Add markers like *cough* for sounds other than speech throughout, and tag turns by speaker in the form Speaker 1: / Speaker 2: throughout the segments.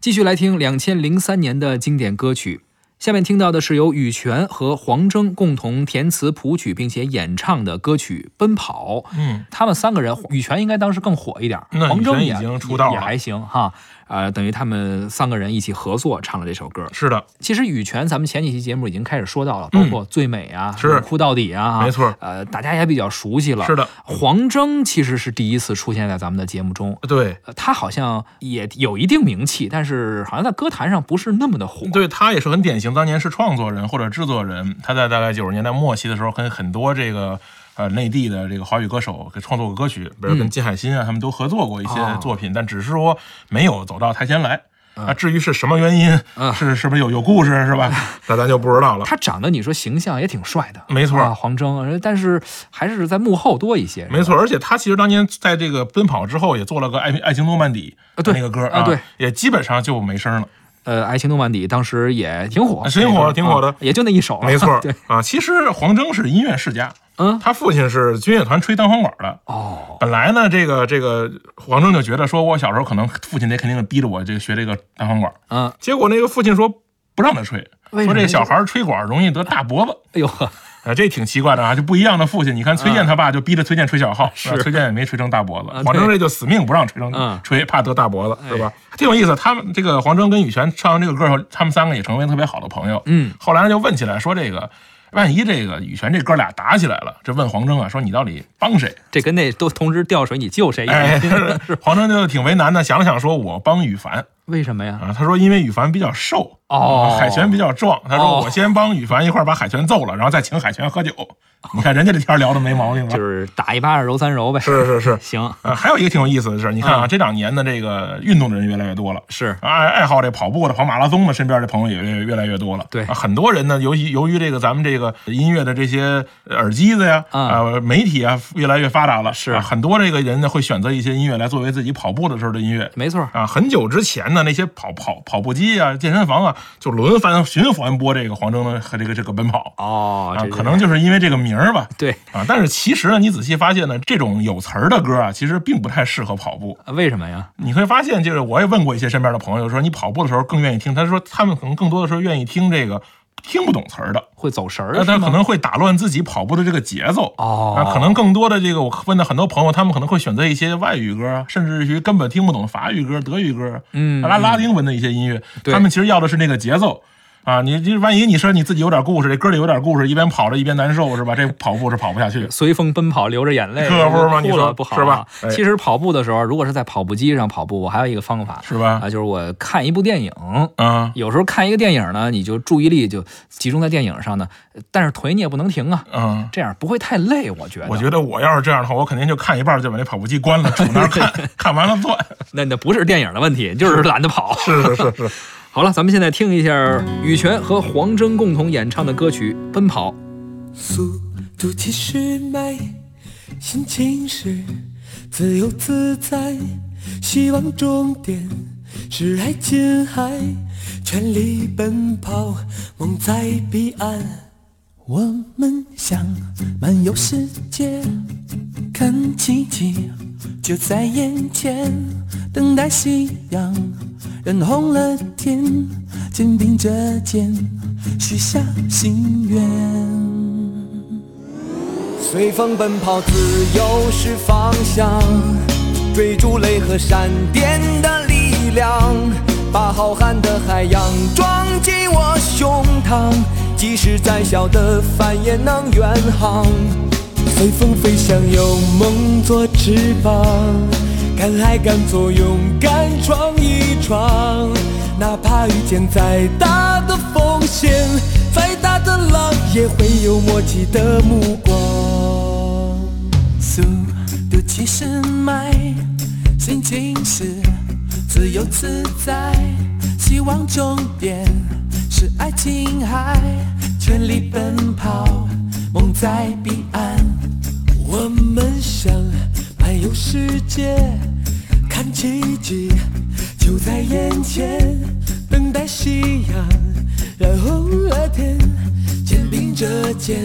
Speaker 1: 继续来听两千零三年的经典歌曲，下面听到的是由羽泉和黄征共同填词谱曲并且演唱的歌曲《奔跑》。
Speaker 2: 嗯，
Speaker 1: 他们三个人，羽泉应该当时更火一点，
Speaker 2: 那
Speaker 1: 黄征
Speaker 2: 羽
Speaker 1: 也
Speaker 2: 泉已经出道了
Speaker 1: 也还行哈。呃，等于他们三个人一起合作唱了这首歌。
Speaker 2: 是的，
Speaker 1: 其实羽泉，咱们前几期节目已经开始说到了，包括《最美》啊，
Speaker 2: 嗯是
Speaker 1: 哭到底》啊，
Speaker 2: 没错
Speaker 1: 呃，大家也比较熟悉了。
Speaker 2: 是的，
Speaker 1: 黄征其实是第一次出现在咱们的节目中，
Speaker 2: 对。
Speaker 1: 呃他好像也有一定名气，但是好像在歌坛上不是那么的火。
Speaker 2: 对他也是很典型，当年是创作人或者制作人。他在大概九十年代末期的时候，跟很多这个呃内地的这个华语歌手给创作过歌曲，比如
Speaker 1: 嗯
Speaker 2: 跟金海心啊，他们都合作过一些
Speaker 1: 啊
Speaker 2: 作品，但只是说没有走到台前来。啊，至于是什么原因，
Speaker 1: 嗯
Speaker 2: 是是不是有有故事是吧？
Speaker 1: 啊
Speaker 2: *laughs* 那咱就不知道了。
Speaker 1: 他长得你说形象也挺帅的，
Speaker 2: 没错
Speaker 1: 啊，黄征，但是还是在幕后多一些。
Speaker 2: 没错，而且他其实当年在这个奔跑之后，也做了个爱爱情诺曼底
Speaker 1: 啊对
Speaker 2: 那个歌
Speaker 1: 啊对，
Speaker 2: 也基本上就没
Speaker 1: *laughs*
Speaker 2: 声了。
Speaker 1: 呃，《爱情诺曼底》当时也挺火，
Speaker 2: 是挺火
Speaker 1: 那时候
Speaker 2: 挺火的
Speaker 1: 啊也就那一首了。
Speaker 2: 没错
Speaker 1: 对，
Speaker 2: 啊，其实黄征是音乐世家，
Speaker 1: 嗯，
Speaker 2: 他父亲是军乐团吹单簧管的。
Speaker 1: 哦，
Speaker 2: 本来呢，这个这个黄征就觉得说，我小时候可能父亲得肯定得逼着我这个学这个单簧管，
Speaker 1: 嗯，
Speaker 2: 结果那个父亲说不让他吹，
Speaker 1: 为什
Speaker 2: 说
Speaker 1: 么
Speaker 2: 这
Speaker 1: 呀
Speaker 2: 小孩吹管容易得大脖子。
Speaker 1: 哎呦呵，
Speaker 2: 啊，这挺奇怪的啊，就不一样的父亲。你看崔健他爸就逼着崔健吹小号，
Speaker 1: 嗯是
Speaker 2: 啊崔健也没吹成大脖子
Speaker 1: 啊。
Speaker 2: 黄征
Speaker 1: 对
Speaker 2: 这就死命不让吹成
Speaker 1: 嗯哎
Speaker 2: 吹，怕得大脖子，是吧？挺有意思。他们这个黄征跟羽泉唱完这个歌以后，他们三个也成为特别好的朋友。
Speaker 1: 嗯，
Speaker 2: 后来就问起来说这个。万一这个羽泉这哥俩打起来了，这问黄征啊，说你到底帮谁？
Speaker 1: 这跟那都同时掉水你救谁一
Speaker 2: 哎
Speaker 1: 样？，
Speaker 2: *laughs* 黄征就挺为难的，想了想说，我帮羽凡
Speaker 1: 为什么呀？
Speaker 2: 啊。他说因为羽凡比较瘦，
Speaker 1: 哦
Speaker 2: 海泉比较壮。他说
Speaker 1: 哦
Speaker 2: 我先帮羽凡一块儿把海泉揍了，然后再请海泉喝酒。你看人家这天儿聊的没毛病吧
Speaker 1: 就？是打一巴掌揉三揉呗。
Speaker 2: 嗯是是是。
Speaker 1: *laughs* 行，
Speaker 2: 呃，还有一个挺有意思的事，你看
Speaker 1: 嗯
Speaker 2: 啊，这两年的这个运动的人越来越多了。
Speaker 1: 是
Speaker 2: 爱爱好这跑步的、跑马拉松的，身边的朋友也越越来越多了。
Speaker 1: 对
Speaker 2: 啊很多人呢，由于由于这个咱们这个音乐的这些呃耳机子呀、
Speaker 1: 嗯
Speaker 2: 啊、媒体啊越来越发达了，
Speaker 1: 是
Speaker 2: 啊很多这个人呢会选择一些音乐来作为自己跑步的时候的音乐。
Speaker 1: 没错。
Speaker 2: 啊，很久之前呢，那些跑跑跑步机啊、健身房啊，就轮番循环播这个黄征的和这个这个奔跑
Speaker 1: 哦，
Speaker 2: 啊
Speaker 1: 这，
Speaker 2: 可能就是因为这个名儿吧。
Speaker 1: 对，
Speaker 2: 啊，但是其实呢，你仔细发现呢，这种有词儿的歌啊，其实并不太适合跑步。
Speaker 1: 为什么呀？
Speaker 2: 你会发现，就是我也问过一些身边的朋友，说你跑步的时候更愿意听，他说他们可能更多的时候愿意听这个听不懂词儿的，
Speaker 1: 会走神儿
Speaker 2: 呃那
Speaker 1: 是
Speaker 2: 他
Speaker 1: 吗？
Speaker 2: 可能会打乱自己跑步的这个节奏。
Speaker 1: 哦，
Speaker 2: 啊，可能更多的这个，我问的很多朋友，他们可能会选择一些外语歌啊，甚至于根本听不懂法语歌、德语歌，
Speaker 1: 嗯
Speaker 2: 拉拉丁文的一些音乐，
Speaker 1: 对
Speaker 2: 他们其实要的是那个节奏。啊，你这万一你说你自己有点故事，这歌里有点故事，一边跑着一边难受是吧？这跑步是跑不
Speaker 1: *laughs*
Speaker 2: 下去。
Speaker 1: 随风奔跑，流着眼泪，
Speaker 2: 可不是吗你
Speaker 1: 哭了
Speaker 2: 说
Speaker 1: 不好、啊
Speaker 2: 是吧哎
Speaker 1: 其实跑步的时候，如果是在跑步机上跑步，我还有一个方法
Speaker 2: 是吧
Speaker 1: 啊，就是我看一部电影。
Speaker 2: 啊
Speaker 1: 有时候看一个电影呢，你就注意力就集中在电影上呢，但是腿你也不能停啊，
Speaker 2: 嗯，
Speaker 1: 这样不会太累，我觉得。
Speaker 2: 我觉得我要是这样的话，我肯定就看一半就把那跑步机关了， *laughs* 杵那儿
Speaker 1: *laughs*
Speaker 2: 看，看完了算。
Speaker 1: 那那不是电影的问题，就是懒得跑。
Speaker 2: 是是是是，
Speaker 1: *laughs* 好了，咱们现在听一下羽泉和黄征共同演唱的歌曲《奔跑》。
Speaker 3: 速度七十迈，心情是自由自在，希望终点是爱琴海，全力奔跑，梦在彼岸。我们想漫游世界，看奇迹就在眼前，等待夕阳染红了天，肩并着肩许下心愿。随风奔跑，自由是方向，追逐雷和闪电的力量，把浩瀚的海洋装进我胸膛，即使再小的帆也能远航。随风飞翔，有梦做翅膀，敢爱敢做，勇敢闯一闯，哪怕遇见再大的风险，再大的浪，也会有默契的目光。速度七十迈，心情是自由自在，希望终点是爱琴海，全力奔跑，梦在彼岸。我们想漫游世界，看奇迹就在眼前，等待夕阳染红了天，肩并着肩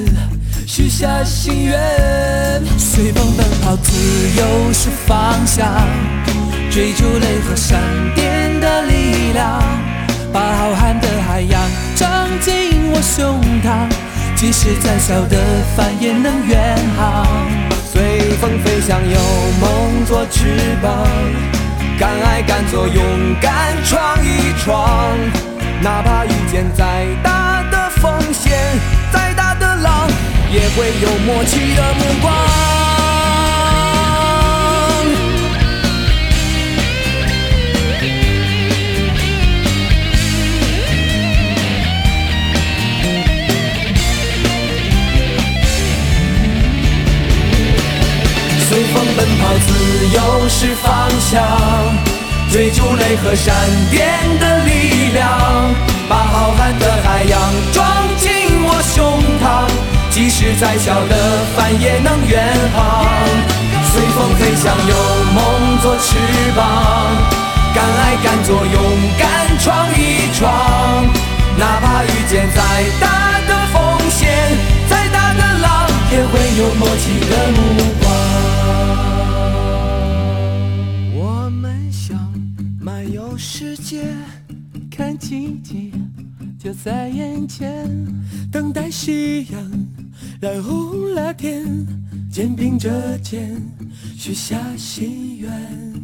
Speaker 3: 许下心愿，随风奔跑，自由是方向，追逐雷和闪电的力量，胸膛，即使再小的帆也能远航。随风飞翔，有梦做翅膀，敢爱敢做，勇敢闯一闯。哪怕遇见再大的风险，再大的浪，也会有默契的目光。随风奔跑，自由是方向，追逐雷和闪电的力量，把浩瀚的海洋装进我胸膛，即使再小的帆也能远航。随风飞翔，有梦做翅膀，敢爱敢做，勇敢闯一闯，哪怕遇见再大的风险，再大的浪，也会有默契的目光。我们想漫游世界，看奇迹就在眼前，等待夕阳染红了天，肩并着肩许下心愿。